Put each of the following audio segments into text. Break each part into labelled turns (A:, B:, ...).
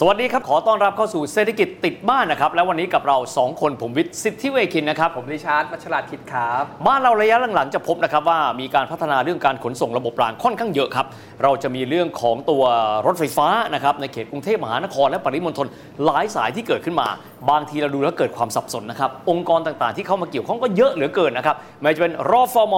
A: สวัสดีครับ ขอต้อนรับเข้าสู่เศรษฐกิจติดบ้านนะครับ และวันนี้กับเรา 2 คนผมวิทย์สิทธิเวคินนะครับผม
B: ดิชาร์ดวัชราคิดครับ
A: บ้านเราระยะหลังๆจะพบนะครับว่ามีการพัฒนาเรื่องการขนส่งระบบรางค่อนข้างเยอะครับ เราจะมีเรื่องของตัวรถไฟฟ้านะครับในเขตกรุงเทพมหานครและปริมณฑลหลายสายที่เกิดขึ้นมา บางทีเราดูแล้วเกิดความสับสนนะครับ องค์กรต่างๆ ที่เข้ามาเกี่ยวข้องก็เยอะเหลือเกินนะครับไม่ว่าจะเป็นรอฟม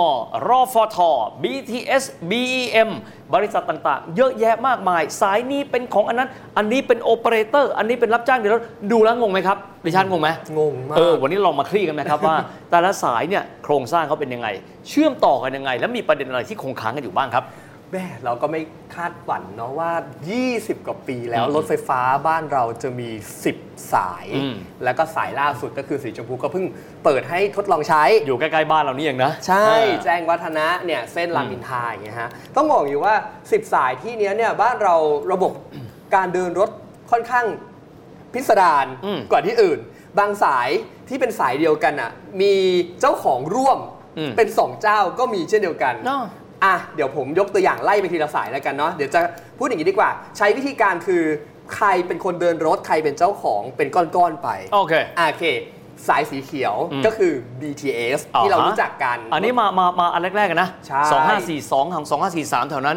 A: รอฟท BTS BEM บริษัทต่างๆ เยอะแยะมากมาย สายนี้เป็นของอันนั้น อันนี้เป็นโอเปอเรเตอร์ อันนี้เป็นรับจ้างเดี๋ยวดูแล้วงงไหมครับดิฉันงงไหม
B: งงมาก
A: เออ วันนี้ลองมาคลี่กันนะครับว่า แต่ละสายเนี่ยโครงสร้างเขาเป็นยังไง เชื่อมต่อกันยังไง และมีประเด็นอะไรที่คงค้างกันอยู่บ้างครับ
B: แม่เราก็ไม่คาดฝันเนาะว่า 20 กว่าปีแล้ว
A: อืม
B: รถไฟฟ้าบ้านเราจะมี 10 สาย
A: อืม
B: แล้วก็สายล่าสุดก็คือสีชมพูก็เพิ่งเปิดให้ทดลองใช้
A: อยู่ใกล้ๆบ้านเรานี่เองนะ
B: ใช่
A: เออ
B: แจ้งวัฒนะเนี่ยเส้นรามอินทราอย่างเงี้ยฮะ ต้องบอกอยู่ว่า 10 สายที่เนี้ยเนี่ยบ้านเราระบบ การเดินรถค่อนข้างพิสดาร
A: อืม
B: กว่าที่อื่น บางสายที่เป็นสายเดียวกันอ่ะมีเจ้าของร่วม
A: อืม
B: เป็นสองเจ้าก็มีเช่นเดียวกัน
A: เนาะ
B: อ่ะเดี๋ยวผมยกตัวอย่างไล่ไปทีละสายแล้วกันเนาะเดี๋ยวจะพูดอย่างนี้ดีกว่า ใช้วิธีการคือใครเป็นคนเดินรถใครเป็นเจ้าของเป็นก้อนๆไป
A: โอเค
B: อ่ะโอเค สายสีเขียว
A: อืม
B: ก็คือ BTS
A: อ๋อ
B: ที่เรา
A: ฮะ
B: รู้จักกัน
A: อันนี้มามามาอันแรกๆกันนะ
B: ใช่
A: สองห้าสี่สองทางสองห้าสี่สามแถวนั้น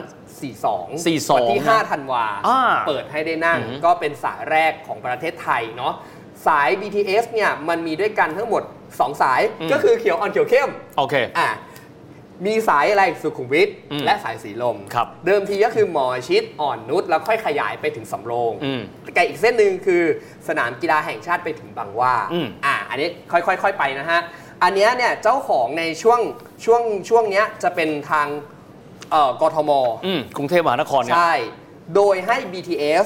B: 42
A: 42
B: วันที่
A: นะ
B: 5 ธันวา
A: อ่า
B: เปิดให้ได้นั่ง
A: อือหือ
B: ก็เป็นสายแรกของประเทศไทยเนาะสาย BTS เนี่ยมันมีด้วยกันทั้งหมด 2 สาย
A: อืม
B: ก็คือเขียวอ่อนเขียวเข้ม
A: โอเค
B: อ่ะมีสายอะไรสุขุมวิท
A: อืม
B: และสายสีลม
A: ครับ
B: เดิมทีก็คือหมอชิดอ่อนนุชแล้วค่อยขยายไปถึงสำโรง
A: อืม
B: แต่อีกเส้นหนึ่งคือสนามกีฬาแห่งชาติไปถึงบางหว่า
A: อืม
B: อ่ะอันนี้ค่อยๆค่อยๆไปนะฮะ อันเนี้ยเนี่ยเจ้าของในช่วงช่วงช่วงเนี้ยจะเป็นทางเอ่อกทม
A: ืมกรุงเทพมหานครเนี่ย
B: ใช่ โดยให้ BTS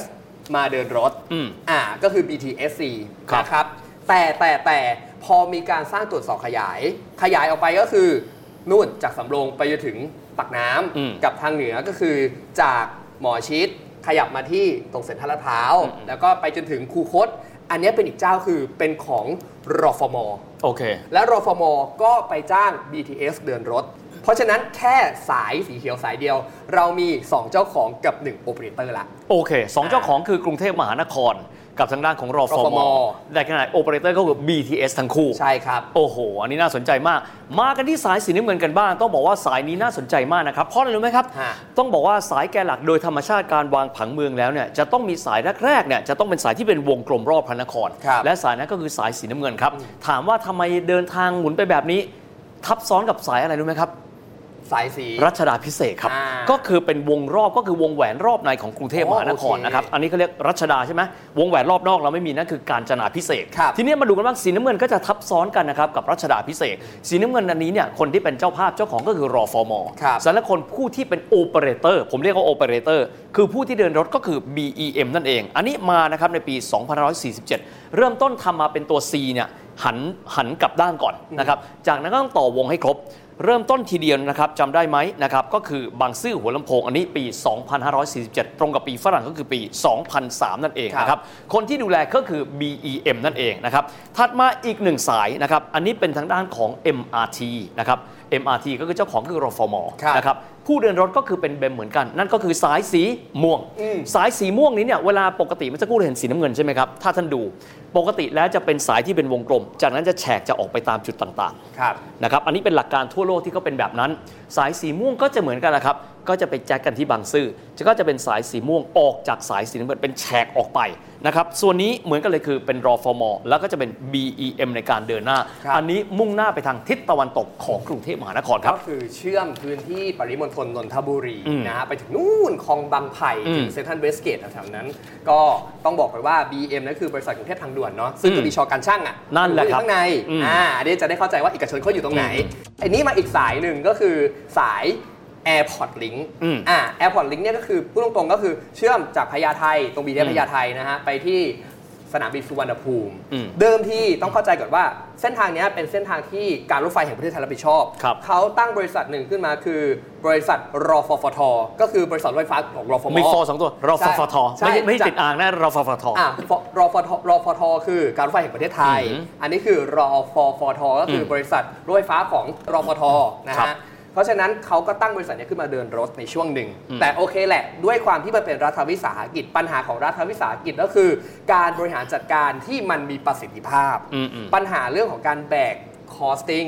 B: มาเดินรถ
A: อืม
B: อ่า ก็คือ BTSC
A: ครับ
B: นะครับ แต่แต่แต่พอมีการสร้างตรวจสอบขยาย ขยายออกไปก็คือนู่นจากสำโรงไปจนถึงปากน้
A: อืม
B: ำกับทางเหนือก็คือจากหมอชิดขยับมาที่ตรงเซ็นทรัลลาดพร้าว แล้วก็ไปจนถึงคูคต อันเนี้ยเป็นอีกเจ้าคือเป็นของรฟม
A: โอเค
B: และรฟมก็ไปจ้าง BTS เดินรถ เพราะฉะนั้นแค่สายสีเขียวสายเดียว เรามี 2 เจ้าของกับ 1 โอเปอเรเตอร์ละ
A: โอเคสองเจ้าของคือกรุงเทพมหานคร กับทางด้านของรอฟอ
B: RFM
A: มแต่ขณะโอเปอเรเตอร์ก็คือ BTS ทั้งคู่
B: ใช่ครับ
A: โอ้โห อันนี้น่าสนใจมาก มากันที่สายสีน้ำเงินกันบ้าง ต้องบอกว่าสายนี้น่าสนใจมากนะครับ เพราะอะไรรู้ไหมครับ
B: ฮะ
A: ต้องบอกว่าสายแกนหลักโดยธรรมชาติการวางผังเมืองแล้วเนี่ย จะต้องมีสายแรกๆเนี่ย จะต้องเป็นสายที่เป็นวงกลมรอบพระนคร
B: ครับ
A: และสายนั้นก็คือสายสีน้ำเงินครับ ถามว่าทำไมเดินทางหมุนไปแบบนี้ ทับซ้อนกับสายอะไรรู้ไหมครับ
B: สายสี
A: รัชดาพิเศษกครับ
B: อ่า
A: ก็คือเป็นวงรอบก็คือวงแหวนรอบในของกรุงเทพ
B: อ๋อ
A: มหานคร
B: โอเค
A: นะครับ อันนี้เขาเรียกรัชดาใช่ไหมวงแหวนรอบนอกเราไม่มีนั่นคือการจนาพิเศษก
B: ครับ
A: ทีนี้มาดูกันบ้างสีน้ำเงินก็จะทับซ้อนกันนะครับกับรัชดาพิเศษกสีน้ำเงินอันนี้เนี่ยคนที่เป็นเจ้าภาพเจ้าของก็คือรอฟอม
B: ครับ
A: สารคนผู้ที่เป็นโอเปอเรเตอร์ผมเรียกว่าโอเปอเรเตอร์คือผู้ที่เดินรถก็คือ BEM นั่นเอง อันนี้มานะครับในปี 2547 เริ่มต้นทำมาเป็นตัว C เนี่ยหันหันกลับด้านก่อนนะครับจากนั้นก็ต้องต่อวงให้ครบ เริ่มต้นทีเดียวนะครับจำได้ไหมนะครับ ก็คือบางซื่อหัวลำโพงอันนี้ปี 2547 ตรงกับปีฝรั่งก็คือปี 2003 นั่นเองนะครับ คนที่ดูแลก็คือ BEM นั่นเองนะครับ ถัดมาอีกหนึ่งสายนะครับ อันนี้เป็นทางด้านของ MRT นะครับ MRT ก็คือเจ้าของคือรฟม
B: ครับ
A: นะครับ นะครับผู้เดินรถก็คือเป็นเบมเหมือนกัน นั่นก็คือสายสีม่วง
B: อืม
A: สายสีม่วงนี้เนี่ยเวลาปกติเมันจะกู้เราเห็นสีน้ำเงินใช่ไหมครับ ถ้าท่านดูปกติแล้วจะเป็นสายที่เป็นวงกลม จากนั้นจะแฉกจะออกไปตามจุดต่างๆ
B: ครับ
A: นะครับอันนี้เป็นหลักการทั่วโลกที่เขาเป็นแบบนั้น สายสีม่วงก็จะเหมือนกันนะครับก็จะไปแจ็คกันที่บางซื่อก็จะเป็นสายสีม่วงออกจากสายสีน้ำเงินเป็นแฉกออกไปนะครับส่วนนี้เหมือนกันเลยคือเป็นรอฟมแล้วก็จะเป็น BEM ในการเดินหน้า
B: ครับ
A: อันนี้มุ่งหน้าไปทางทิศตะวันตกของกรุงเทพมหานครครับ
B: ก็คือเชื่อมพื้นที่ปริมณฑลนนทบุรี
A: อืม
B: นะฮะไปถึงนู่นคลองบางไผ่
A: อืม
B: ถึงเซนทรัลเวสเกตแถวๆนั้น ก็ต้องบอกไปว่า BM นั่นคือบริษัทกรุงเทพทางด่วนเนาะซึ่ง
A: อืม
B: จะมีชอการช่างอ่ะ
A: นั่นแหละครับ
B: อยู่ข้างใน
A: อืม
B: อ่าอันนี้จะได้เข้าใจว่าเอกชนเขาอยู่ตรงไหนอันนี้มาอีกสายหนึ่งก็คือสาย Airport Link
A: อืม
B: อ่า Airport Link เนี่ยก็คือพูดตรงๆก็คือเชื่อมจากพญาไทตรงบีเทพ
A: อืม
B: พญาไทนะฮะไปที่ สนามบินสุวรรณภูมิ
A: อืม
B: เดิมที่ต้องเข้าใจก่อนว่า เส้นทางเนี้ยเป็นเส้นทางที่การรถไฟแห่งประเทศไทยรับผิดชอบ
A: ครับ
B: เขาตั้งบริษัทหนึ่งขึ้นมาคือบริษัทรฟฟท ก็คือบริษัทรถไฟฟ้าของรฟม
A: มีฟอสองตัวรอฟฟท
B: ใช่
A: ไม่ใช่ไม่ใช่
B: จ้ะ
A: ติดอ่างนะรอฟฟท
B: อ่ะฟรฟทรฟท คือการรถไฟแห่งประเทศไทย
A: อืม
B: อันนี้คือรฟฟท ก็คือ
A: ม
B: บริษัทรถไฟฟ้าของรฟท นะครับ ฮะ เพราะฉะนั้นเขาก็ตั้งบริษัทเนี้ขึ้นมาเดินรถในช่วงหนึ่ง
A: อืม
B: แต่โอเคแหละ ด้วยความที่มันเป็นรัฐวิสาหกิจ ปัญหาของรัฐวิสาหกิจก็คือ การบริหารจัดการที่มันมีประสิทธิภาพ
A: อืมอืม
B: ปัญหาเรื่องของการแบกคอสติ้ง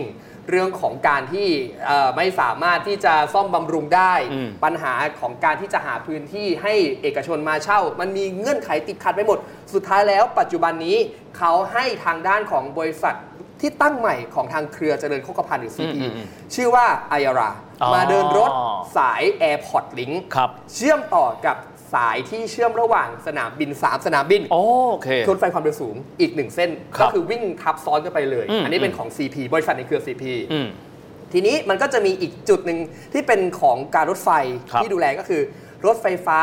B: เรื่องของการที่เอ่อไม่สามารถที่จะซ่อมบำรุงได้
A: อืม
B: ปัญหาของการที่จะหาพื้นที่ให้เอกชนมาเช่า มันมีเงื่อนไขติดขัดไปหมด สุดท้ายแล้วปัจจุบันนี้เขาให้ทางด้านของบริษัทที่ตั้งใหม่ของทางเครือเจริญโคกพันธ์หรือ CP
A: อืมอืมอืม
B: ชื่อว่าไอรา
A: อ๋อ
B: มาเดินรถสาย Airport Link
A: ครับ
B: เชื่อมต่อกับสายที่เชื่อมระหว่างสนามบิน 3 สนามบิน
A: โอเค
B: รถไฟความเร็วสูงอีกหนึ่งเส้น
A: ครั
B: ก็
A: บ
B: คือวิ่งทับซ้อนกันไปเลย
A: อืม
B: อันนี้เป็น
A: อืม
B: ของ CP บริษัทในเครือ CP
A: อืม
B: ทีนี้มันก็จะมีอีกจุดหนึ่งที่เป็นของการรถไฟ
A: ครับ
B: ที่ดูแลก็คือ รถไฟฟ้า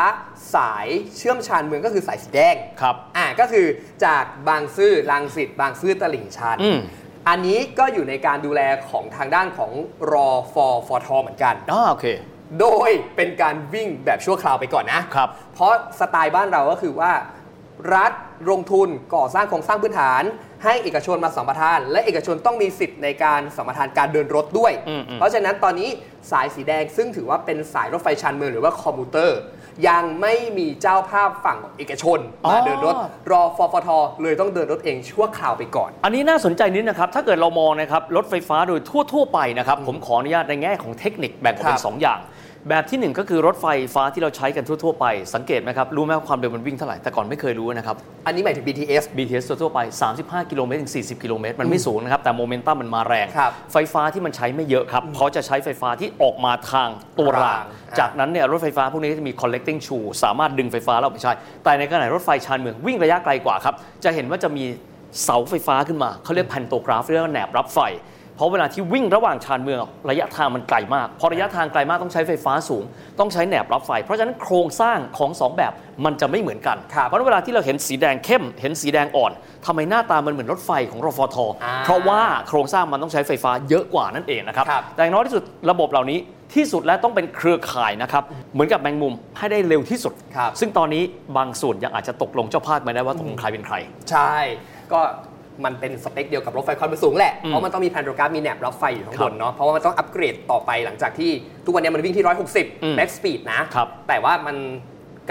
B: สายเชื่อมชานเมืองก็คือสายสีแดง
A: ครับ
B: อ่าก็คือจากบางซื่อลังสิตบางซื่อตลิ่งชัน
A: อืม
B: อันนี้ก็อยู่ในการดูแลของทางด้านของรอฟอฟอทเหมือนกัน
A: อ๋อโอเค
B: โดยเป็นการวิ่งแบบชั่วคราวไปก่อนนะ
A: ครับ
B: เพราะสไตล์บ้านเราก็คือว่า รัฐลงทุนก่อสร้างโครงสร้างพื้นฐาน ให้เอกชนมาสัมปทาน และเอกชนต้องมีสิทธิ์ในการสัมปทานการเดินรถด้วย
A: อืมอืม
B: เพราะฉะนั้นตอนนี้สายสีแดงซึ่งถือว่าเป็นสายรถไฟชานเมืองหรือว่าคอมมูเตอร์ ยังไม่มีเจ้าภาพฝั่งเอกชน
A: อ๋อ
B: มาเดินรถ รอฟฟท เลยต้องเดินรถเองชั่วคราวไปก่อน
A: อันนี้น่าสนใจนิดนะครับ ถ้าเกิดเรามองนะครับรถไฟฟ้าโดยทั่ว ๆ ไปนะครับ ผมขออนุญาตในแง่ของเทคนิคแบ่งออกเป็
B: ครั
A: น
B: บ
A: สองอย่าง แบบที่หนึ่งก็คือรถไฟฟ้าที่เราใช้กันทั่ว ๆ ไป สังเกตไหมครับ รู้ไหมว่าความเร็วมันวิ่งเท่าไหร่ แต่ก่อนไม่เคยรู้นะครับ
B: อันนี้หมายถึง BTS
A: BTS ทั่วๆไป 35 กิโลเมตรถึง 40 กิโลเมตร มันไม่สูงนะครับ แต่โมเมนตัมมันมาแรง
B: ครับ
A: ไฟฟ้าที่มันใช้ไม่เยอะครับ เขาจะใช้ไฟฟ้าที่ออกมาทางตัวราง
B: ราง
A: จากนั้นเนี่ยรถไฟฟ้าพวกนี้ก็จะมี collecting shoe สามารถดึงไฟฟ้าแล้วเอาไปใช้ แต่ในขณะรถไฟชานเมืองวิ่งระยะไกลกว่าครับ จะเห็นว่าจะมีเสาไฟฟ้าขึ้นมา เขาเรียกแผ่นโตกราฟเรียกว่าแหนบรับไฟ เพราะเวลาที่วิ่งระหว่างชานเมืองระยะทางมันไกลมาก พอระยะทางไกลมากต้องใช้ไฟฟ้าสูง ต้องใช้แหนบรับไฟ เพราะฉะนั้นโครงสร้างของสองแบบมันจะไม่เหมือนกัน
B: ครับ
A: เพราะเวลาที่เราเห็นสีแดงเข้ม เห็นสีแดงอ่อนทำไมหน้าตามันเหมือนรถไฟของรฟท
B: อ่า
A: เพราะว่าโครงสร้างมันต้องใช้ไฟฟ้าเยอะกว่านั่นเองนะครับ
B: ครับ
A: แต่อย่างน้อยที่สุดระบบเหล่านี้ที่สุดแล้วต้องเป็นเครือข่ายนะครับ เหมือนกับแมงมุมให้ได้เร็วที่สุด
B: ครับ
A: ซึ่งตอนนี้บางส่วนยังอาจจะตกลงเจ้าภาคไม่ได้ว่าตกลงใครเป็นใคร
B: ใช่ ก็มันเป็นสเปคเดียวกับรถไฟความเร็วสูงแหละ
A: อืม
B: เพราะมันต้องมีแพนโดรกราฟมีแหนบรับไฟอยู่ข้างบ
A: ค
B: น
A: รับ
B: เนาะ เพราะว่ามันต้องอัปเกรดต่อไปหลังจากที่ทุกวันนี้มันวิ่งที่
A: อืม
B: 160 max speed นะ
A: ครับ
B: แต่ว่ามัน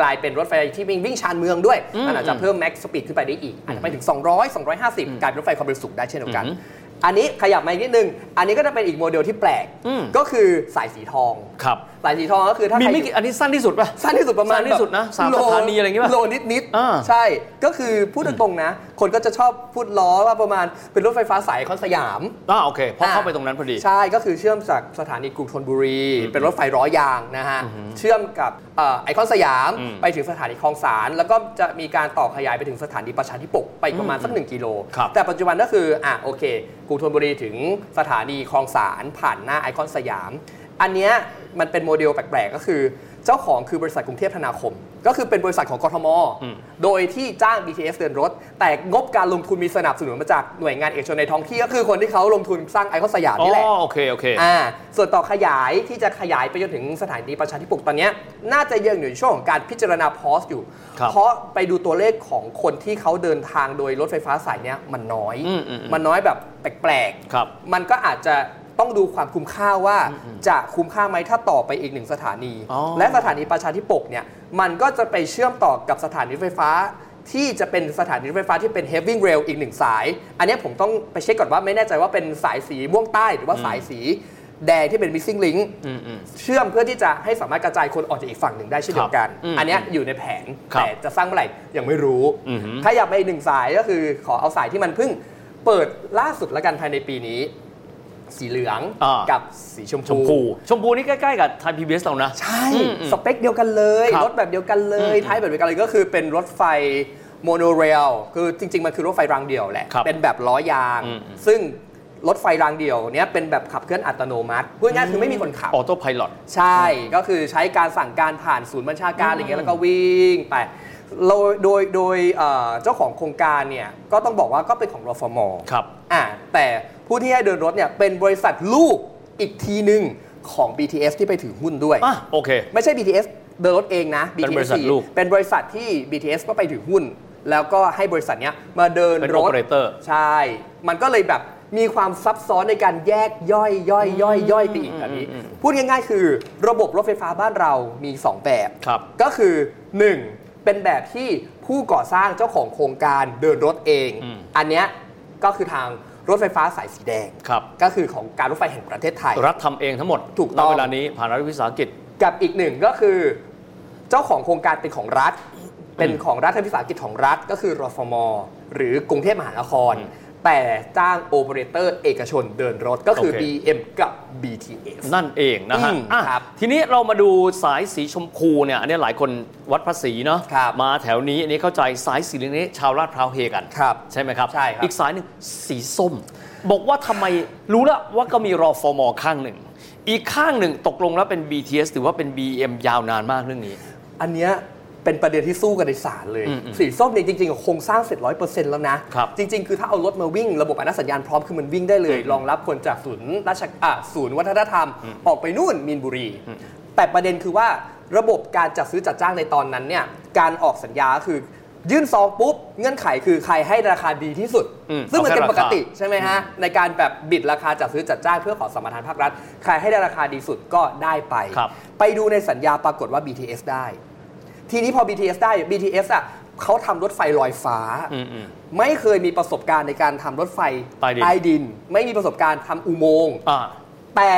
B: กลายเป็นรถไฟที่วิ่งวิ่งชานเมืองด้วย
A: อืม
B: มันอาจจะเพิ่ม max speed ขึ้นไปได้อีก อาจจะไปถึง 200 250 กลายเป็นรถไฟความเร็วสูงได้เช่นเดียวกัน
A: อืม
B: อันนี้ขยับมาอีกนิดนึง อันนี้ก็จะเป็นอีกโมเดลที่แปลก
A: อืม
B: ก็คือสายสีทอง
A: ครับ
B: สายสีทองก็คือถ้า
A: มี
B: ใคร
A: ไม่
B: อยู่
A: กี่อันนี้สั้นที่สุดป่ะ
B: สั้นที่สุดประมาณ
A: สั้นที่สุดนะ
B: แบบ
A: สามสถานีอะไรอย่างงี้ป่ะ
B: โลนิดนิดๆ
A: อ่า
B: ใช่ก็คือพูดตรงๆนะ คนก็จะชอบพูดล้อว่าประมาณเป็นรถไฟฟ้าสายคอนสยาม
A: อ่าโอเคเพราะเข้าไปตรงนั้นพอดี
B: ใช่ก็คือเชื่อมจากสถานีกรุงธนบุรี เป็นรถไฟร้อยยางนะฮะ เชื่อมกับเอ่อไอคอนสยาม
A: อืม
B: ไปถึงสถานีคลองสารแล้วก็จะมีการต่อขยายไปถึงสถานีประชาธิปกไปประมาณสักหนึ่งกิโล
A: ครับ
B: แต่ปัจจุบันก็คืออ่ะโอเคกรุงธนบุรีถึงสถานีคลองสารผ่านหน้าไอคอนสยาม อันเนี้ยมันเป็นโมเดลแปลกๆ ก็คือ เจ้าของคือบริษัทกรุงเทพธนาคม ก็คือเป็นบริษัทของกทม
A: อืม
B: โดยที่จ้าง BTS เดินรถ แต่งบการลงทุนมีสนับสนุนมาจากหน่วยงานเอกชนในท้องที่ก็คือคนที่เขาลงทุนสร้างไอคอนสยาม
A: อ๋
B: นี่แหละ
A: อโอเคโอเค
B: อ่าส่วนต่อขยายที่จะขยายไปจนถึงสถานีประชาธิปกตอนเนี้ยน่าจะยังอยู่ในช่วงของการพิจารณาพอสอยู่
A: ครับ
B: เพราะไปดูตัวเลขของคนที่เขาเดินทางโดยรถไฟฟ้าสายเนี้ยมันน้อย
A: อืมอืมอืม
B: มันน้อยแบบแปลก
A: ครับ
B: มันก็อาจจะต้องดูความคุ้มค่าว่าจะคุ้มค่าไหมถ้าต่อไปอีกหนึ่งสถานี
A: อ๋อ
B: และสถานีประชาธิปกเนี่ยมันก็จะไปเชื่อมต่อกับสถานีรถไฟฟ้า ที่จะเป็นสถานีรถไฟฟ้าที่เป็น heavy rail อีกหนึ่งสาย อันเนี้ยผมต้องไปเช็คก่อนว่าไม่แน่ใจว่าเป็นสายสีม่วงใต้หรือว่าสายสีแดงที่เป็น missing link
A: อืมอืม
B: เชื่อมเพื่อที่จะให้สามารถกระจายคนออกจากอีกฝั่งหนึ่งได้เช่นเดียวกัน
A: ครับอืม
B: อันเนี้ยอยู่ในแผน
A: ครับ
B: แต่จะสร้างเมื่อไหร่ยังไม่รู้
A: อือหือ
B: ถ้าอยากไปอีกหนึ่งสายก็คือขอเอาสายที่มันเพิ่งเปิดล่าสุดละกันภายในปีนี้ สีเหลือง
A: อ่ากั
B: กับสีชม
A: ชม
B: พู
A: พูชมพูนี่ใกล้ๆกับไทยพีบีเอสเรานะ
B: ใช่
A: อืมอืม
B: สเปคเดียวกันเลย
A: ครับ
B: รถแบบเดียวกันเลย
A: อืม
B: ท้ายแบบเดียวกันเลยก็คือเป็นรถไฟโมโนเรลคือจริง ๆ มันคือรถไฟรางเดี่ยวแหละ
A: ครับ
B: เป็นแบบล้อยาง
A: อืมอืม
B: ซึ่งรถไฟรางเดี่ยวเนี้ยเป็นแบบขับเคลื่อนอัตโนมัติพูดง่ายๆคือไม่มีคนขับ
A: ออโต้ไพลอต
B: ใช่ ก็คือใช้การสั่งการผ่านศูนย์บัญชาการอะไรเงี้ยแล้วก็วิ่งไป เราโดยโดยเอ่อเจ้าของโครงการเนี่ยก็ต้องบอกว่าก็เป็นของรฟม
A: ครับ
B: อ่าแต่ผู้ที่ให้เดินรถเนี่ยเป็นบริษัทลูกอีกทีหนึ่งของ BTS ที่ไปถือหุ้นด้วย
A: อ่ะโอเค
B: ไม่ใช่ BTS เดินรถเองนะ
A: เป็น
B: BTS
A: บริษัทลูก
B: เป็นบริษัทที่ BTS ก็ไปถือหุ้น แล้วก็ให้บริษัทเนี้ยมาเดิน
A: เป็น
B: รถ
A: operator
B: ใช่ มันก็เลยแบบมีความซับซ้อนในการแยกย่อยย่อยย่อยย่อยไปอีกแบบนี้ พูดง่ายๆ คือระบบรถไฟฟ้าบ้านเรามี 2 แบบ
A: ครับ
B: ก็คือ 1. เป็นแบบที่ผู้ก่อสร้างเจ้าของโครงการเดินรถเอง
A: อืม
B: อันเนี้ยก็คือทางรถไฟฟ้าสายสีแดง
A: ครับ
B: ก็คือของการรถไฟแห่งประเทศไทย
A: รัฐทำเองทั้งหมด
B: ถูกต้อง
A: ณเวลานี้ผ่านรัฐวิสาหกิจ
B: กับอีกหนึ่งก็คือเจ้าของโครงการเป็นของรัฐ เป็นของรัฐวิสาหกิจของรัฐก็คือรฟม หรือกรุงเทพมหานคร
A: อืม
B: แต่จ้างโอเปอเรเตอร์เอกชนเดินรถก็คือ
A: โอเค
B: BM กับ BTS
A: นั่นเองนะฮะ
B: อืม
A: อ่ะ
B: ครับ
A: ทีนี้เรามาดูสายสีชมพูเนี่ยอันนี้หลายคนวัดภาษีเนาะ
B: ครับ
A: มาแถวนี้อันนี้เข้าใจสายสีเหลืองนี้ชาวลาดพร้าวเฮกัน
B: ครับ
A: ใช่ไหมครับ
B: ใช่ครับ
A: อีกสายหนึ่งสีส้ม บอกว่าทำไมรู้แล้วว่าก็มีรอฟอมอข้างหนึ่ง อีกข้างหนึ่งตกลงแล้วเป็น BTS หรือว่าเป็น BM ยาวนานมากเรื่องนี้
B: อันเนี้ยเป็นประเด็นที่สู้กันในศาลเลย
A: อืมอืม
B: สีส้มเนี่ยจริงๆโครงสร้างเสร็จร้อยเปอร์เซ็นต์แล้วนะ
A: ครับ
B: จริง ๆ คือถ้าเอารถมาวิ่งระบบอนุสัญญาณพร้อมคือมันวิ่งได้เลย
A: อืม
B: รองรับคนจากศูนย์ราชอ่ะศูนย์วัฒนธรรม ออกไปนู่นมีนบุรี แต่ประเด็นคือว่าระบบการจัดซื้อจัดจ้างในตอนนั้นเนี่ยการออกสัญญาคือยื่นซองปุ๊บเงื่อนไขคือใครให้ราคาดีที่สุด
A: อืม
B: ซึ่งมันเป็น
A: เอาแค่
B: ปกติ
A: ราคา
B: ใช่ไหมฮะในการแบบบิดราคาจัดซื้อจัดจ้างเพื่อขอสมรทานภาครัฐใครให้ได้ราคาดีสุดก็ได้ไป
A: ครับ
B: ไปดูในสัญญาปรากฏว่า BTS ได้ ทีนี้พอ BTS ได้ BTS อ่ะเขาทำรถไฟลอยฟ้า
A: อืมอืม
B: ไม่เคยมีประสบการณ์ในการทำรถไฟ
A: ใต้ดิน
B: ดิน ไม่มีประสบการณ์ทำอุโมงค์
A: อ่า
B: แต่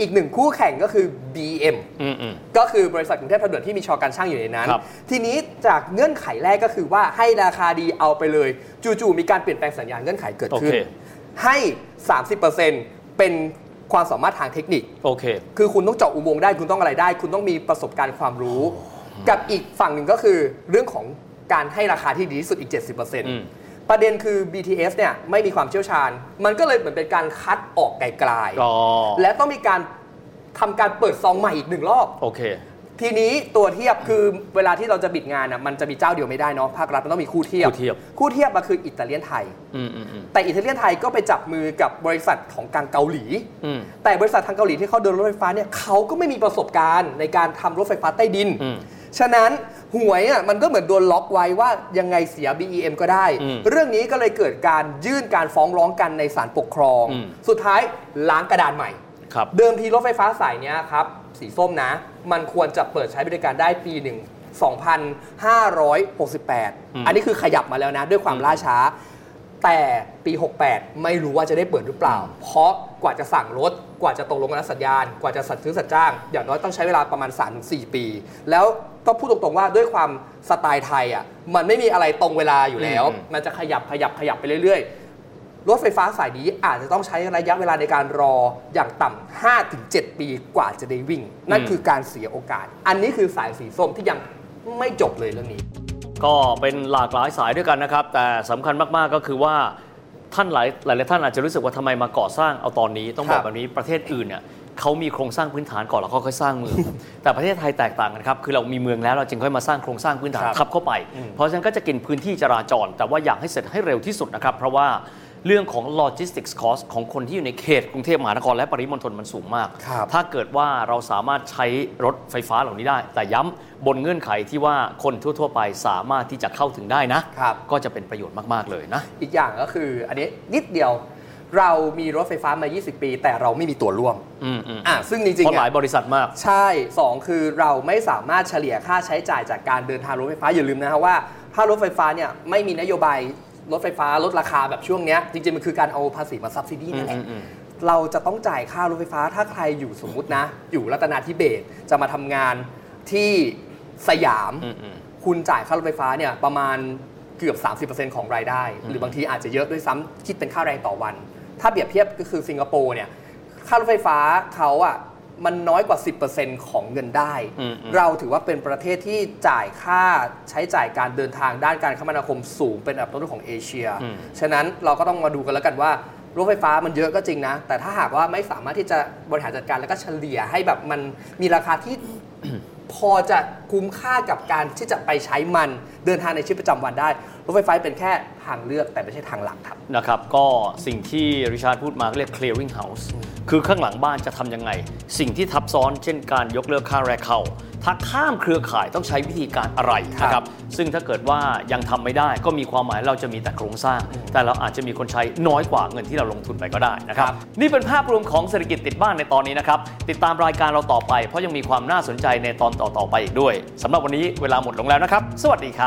B: อีกหนึ่งคู่แข่งก็คือ BM
A: อืมอืม
B: ก็คือบริษัทกรุงเทพทางด่วนที่มีชอการช่างอยู่ในนั้น
A: ครับ
B: ทีนี้จากเงื่อนไขแรกก็คือว่าให้ราคาดีเอาไปเลย จู่ๆมีการเปลี่ยนแปลงสัญญาณเงื่อนไขเกิดขึ้น
A: โอเค
B: ให้ 30%เป็นความสามารถทางเทคนิค
A: โอเค
B: คือคุณต้องเจาะอุโมงค์ได้คุณต้องอะไรได้ คุณต้องมีประสบการณ์ความรู้ กับอีกฝั่งหนึ่งก็คือเรื่องของการให้ราคาที่ดีที่สุดอีก 70%
A: ม
B: ประเด็นคือ BTS เนี่ยไม่มีความเชี่ยวชาญ มันก็เลยเหมือนเป็นการคัดออกไกล
A: อ๋อ
B: ๆและต้องมีการทำการเปิดซองใหม่อีกหนึ่งรอบ
A: โอเค
B: ทีนี้ตัวเทียบคือเวลาที่เราจะบิดงานน่ะมันจะมีเจ้าเดียวไม่ได้เนาะภาครัฐมันต้องมีคู่เทียบ
A: คู่เทียบ
B: คู่เทียบมาคืออิตาเลียนไทย
A: อืมอืมอืม
B: แต่อิตาเลียนไทยก็ไปจับมือกับบริษัทของกลางเกาหลี
A: อืม
B: แต่บริษัททางเกาหลีที่เขาเดินรถไฟฟ้าเนี่ยเขาก็ไม่มีประสบการณ์ในการทำรถไฟฟ้าใต้ดิน
A: อืม
B: ฉะนั้นหวยอ่ะมันก็เหมือนโดนล็อกไว้ว่ายังไงเสีย BEM ก็ได้
A: อืม
B: เรื่องนี้ก็เลยเกิดการยื่นการฟ้องร้องกันในศาลปกครอง
A: อืม
B: สุดท้ายล้างกระดานใหม่
A: ครับ
B: เดิมทีรถไฟฟ้าสายเนี้ยครับ สีส้มนะ มันควรจะเปิดใช้บริการได้ปีหนึ่ง
A: อืม
B: 2,568 อันนี้คือขยับมาแล้วนะด้วยความล่าช้า แต่ปี 68 ไม่รู้ว่าจะได้เปิดหรือเปล่า เพราะกว่าจะสั่งรถ กว่าจะตกลงกันรับสัญญาณ กว่าจะสัตซื้อสัตจ้าง อย่างน้อยต้องใช้เวลาประมาณ 3-4 ปี แล้วก็พูดตรงๆว่าด้วยความสไตล์ไทยอ่ะมันไม่มีอะไรตรงเวลาอยู่แล้ว
A: อืม
B: มันจะขยับขยับขยับไปเรื่อย ๆ รถไฟฟ้าสายนี้อาจจะต้องใช้ระยะเวลาในการรออย่างต่ำ5-7 ปีกว่าจะได้วิ่ง นั่น
A: อืม
B: คือการเสียโอกาส อันนี้คือสายสีส้มที่ยังไม่จบเลยเรื่องนี้
A: ก็เป็นหลากหลายสายด้วยกันนะครับ แต่สำคัญมาก ๆ ก็คือว่าท่านหลายหลายๆท่านอาจจะรู้สึกว่าทำไมมาก่อสร้างเอาตอนนี้ ต้องบอ
B: ครั
A: ก
B: บ
A: แบบนี้ประเทศอื่นเนี่ยเขามีโครงสร้างพื้นฐานก่อนแล้วค่อยๆสร้างเมือง แต่ประเทศไทยแตกต่างกันครับ คือเรามีเมืองแล้วเราจึงค่อยมาสร้างโครงสร้างพื้นฐาน
B: ค
A: ทั
B: รับ
A: บเข้าไป เพราะฉะนั้นก็จะกินพื้นที่จราจร แต่ว่าอยากให้เสร็จให้เร็วที่สุดนะครับ เพราะว่าเรื่องของ logistics cost ของคนที่อยู่ในเขตกรุงเทพมหานครและปริมณฑลมันสูงมาก
B: ครับ
A: ถ้าเกิดว่าเราสามารถใช้รถไฟฟ้าเหล่านี้ได้ แต่ย้ำบนเงื่อนไขที่ว่าคนทั่ว ๆ ไปสามารถที่จะเข้าถึงได้นะ
B: ครับ
A: ก็จะเป็นประโยชน์มาก ๆ เลยนะ
B: อีกอย่างก็คือ อันนี้นิดเดียวเรามีรถไฟฟ้ามา 20 ปี แต่เราไม่มีตัวร่วม
A: อืมอืม
B: อ่ะซึ่งจริง
A: เพ
B: ๆ
A: ราะหลา
B: อ่ะ
A: ยบริษัทมาก
B: ใช่ 2 คือเราไม่สามารถเฉลี่ยค่าใช้จ่ายจากการเดินทางรถไฟฟ้าอย่าลืมนะฮะว่าถ้ารถไฟฟ้าเนี่ยไม่มีนโยบายรถไฟฟ้าลดราคาแบบช่วงเนี้ยจริงๆมันคือการเอาภาษีมาซับซิดีนั่นแหละ เราจะต้องจ่ายค่ารถไฟฟ้าถ้าใครอยู่สมมุตินะ อยู่รัตนาธิเบศจะมาทำงานที่สยาม
A: อืมอืม
B: คุณจ่ายค่ารถไฟฟ้าเนี่ยประมาณเกือบ 30%ของรายได้ หรือบางทีอาจจะเยอะด้วยซ้ำคิดเป็นค่าแรงต่อวัน ถ้าเปรียบเทียบก็คือสิงคโปร์เนี่ยค่ารถไฟฟ้าเขาอ่ะมันน้อยกว่า 10%ของเงินได้
A: อืมอืม
B: เราถือว่าเป็นประเทศที่จ่ายค่าใช้จ่ายการเดินทางด้านการคมนาคมสูงเป็นอันดับต้นของเอเชีย
A: อืม
B: ฉะนั้นเราก็ต้องมาดูกันแล้วกันว่ารถไฟฟ้ามันเยอะก็จริงนะ แต่ถ้าหากว่าไม่สามารถที่จะบริหารจัดการแล้วก็เฉลี่ยให้แบบมันมีราคาที่ พอจะคุ้มค่ากับการที่จะไปใช้มันเดินทางในชีวิตประจำวันได้รถไฟฟ้าเป็นแค่ทางเลือกแต่ไม่ใช่ทางหลักครับ
A: นะครับก็สิ่งที่ริชาร์ดพูดมาก็เรียก clearing house คือข้างหลังบ้านจะทำยังไง สิ่งที่ทับซ้อนเช่นการยกเลิกค่าแรกเข้า ถ้าข้ามเครือข่ายต้องใช้วิธีการอะไร
B: ครับ
A: นะครับซึ่งถ้าเกิดว่ายังทำไม่ได้ก็มีความหมายเราจะมีแต่โครงสร้าง แต่เราอาจจะมีคนใช้น้อยกว่าเงินที่เราลงทุนไปก็ได้นะครับนี่เป็นภาพรวมของเศรษฐกิจติดบ้านในตอนนี้นะครับติดตามรายการเราต่อไป เพราะยังมีความน่าสนใจในตอนต่อๆไปอีกด้วยสำหรับวันนี้เวลาหมดลงแล้วนะครับ สวัสดีคร